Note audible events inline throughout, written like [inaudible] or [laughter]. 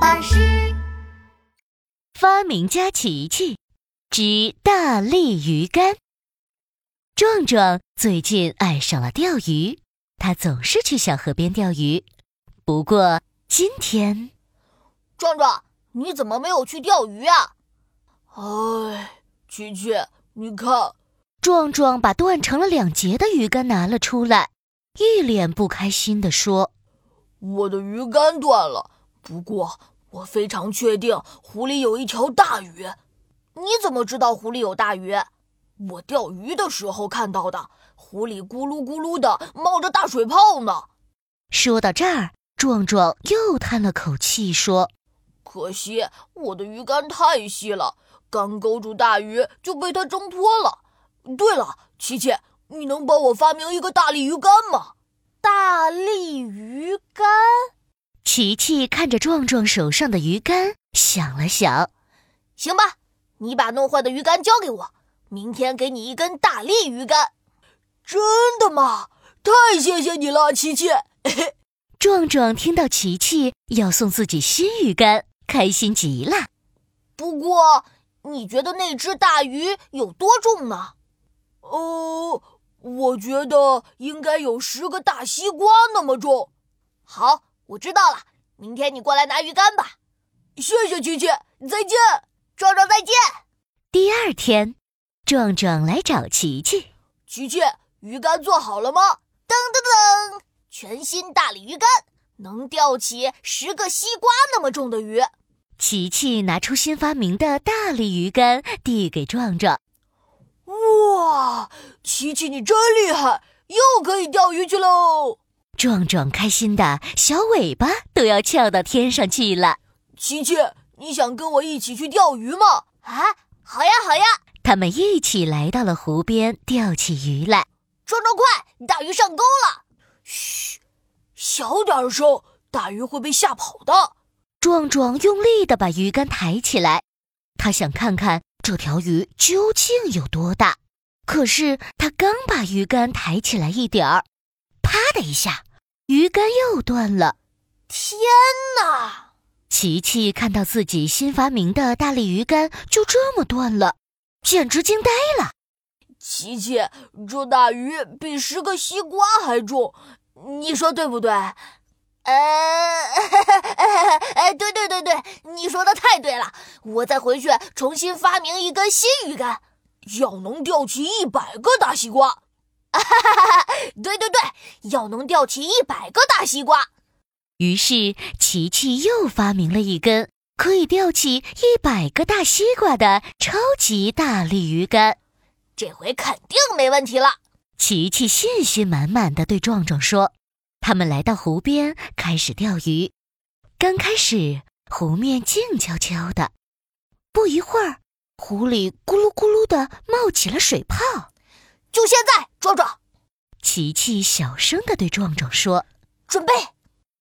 大师。发明家琪琪之大力鱼竿。壮壮最近爱上了钓鱼，他总是去小河边钓鱼。不过今天，壮壮，你怎么没有去钓鱼啊？哎，琪琪，你看，壮壮把断成了两截的鱼竿拿了出来，一脸不开心地说我的鱼竿断了，不过我非常确定湖里有一条大鱼。你怎么知道湖里有大鱼？我钓鱼的时候看到的，湖里咕噜咕噜的冒着大水泡呢。：“说到这儿，壮壮又叹了口气，说。”可惜我的鱼竿太细了，刚勾住大鱼就被它挣脱了。对了，琪琪，你能帮我发明一个大力鱼竿吗？大力鱼竿，琪琪看着壮壮手上的鱼竿，想了想，行吧，你把弄坏的鱼竿交给我，明天给你一根大力鱼竿。真的吗？太谢谢你了，琪琪。壮壮听到琪琪要送自己新鱼竿，开心极了。不过，你觉得那只大鱼有多重呢？哦，我觉得应该有十个大西瓜那么重。好，我知道了，明天你过来拿鱼竿吧。谢谢琪琪，再见，壮壮再见。第二天，壮壮来找琪琪，琪琪，鱼竿做好了吗？噔噔噔，全新大鲤鱼竿，能钓起十个西瓜那么重的鱼。琪琪拿出新发明的大力鱼竿递给壮壮。哇，琪琪你真厉害，又可以钓鱼去喽！壮壮开心的小尾巴都要翘到天上去了。琪琪，你想跟我一起去钓鱼吗？啊，好呀好呀！他们一起来到了湖边，钓起鱼来。壮壮快，大鱼上钩了！嘘，小点声，大鱼会被吓跑的。壮壮用力的把鱼竿抬起来，他想看看这条鱼究竟有多大。可是他刚把鱼竿抬起来一点儿，啪的一下，鱼竿又断了。天哪！琪琪看到自己新发明的大力鱼竿就这么断了，简直惊呆了。琪琪，这大鱼比十个西瓜还重，你说对不对？呃， [laughs] 哎，对对对对，你说的太对了，我再回去重新发明一根新鱼竿，要能钓起一百个大西瓜。 [laughs] 对对对，要能钓起一百个大西瓜。于是，琪琪又发明了一根可以吊起一百个大西瓜的超级大力鱼竿。这回肯定没问题了。琪琪信心满满的对壮壮说：“他们来到湖边，开始钓鱼。刚开始，湖面静悄悄的，不一会儿，湖里咕噜咕噜的冒起了水泡。就现在，壮壮，”琪琪小声的对壮壮说准备！：“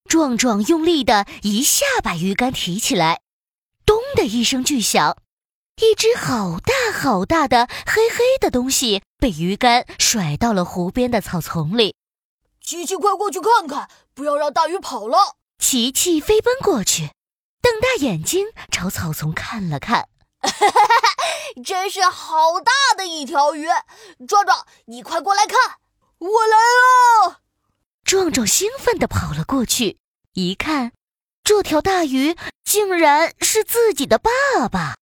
壮壮，用力的一下把鱼竿提起来，咚的一声巨响，一只好大好大的黑黑的东西被鱼竿甩到了湖边的草丛里。”琪琪，快过去看看，不要让大鱼跑了。琪琪飞奔过去，瞪大眼睛朝草丛看了看。真是好大的一条鱼！壮壮，你快过来看，我来了！壮壮兴奋地跑了过去，一看，这条大鱼竟然是自己的爸爸。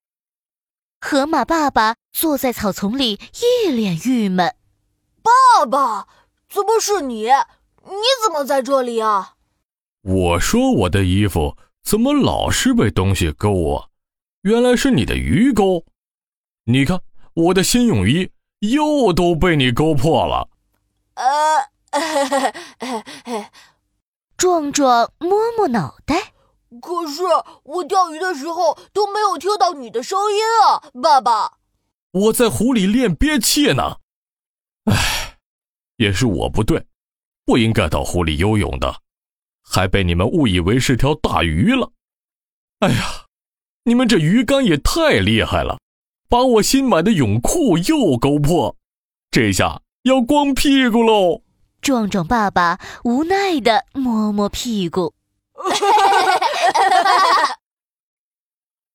河马爸爸坐在草丛里，一脸郁闷。爸爸，怎么是你？你怎么在这里啊？我说我的衣服怎么老是被东西勾啊？原来是你的鱼钩。你看我的新泳衣又都被你勾破了。呃， [laughs] 壮壮摸摸脑袋，可是我钓鱼的时候都没有听到你的声音啊，爸爸。我在湖里练憋气呢。唉，也是我不对，不应该到湖里游泳的，还被你们误以为是条大鱼了。哎呀，你们这鱼竿也太厉害了，把我新买的泳裤又勾破，这下要光屁股喽。壮壮爸爸无奈地摸摸屁股。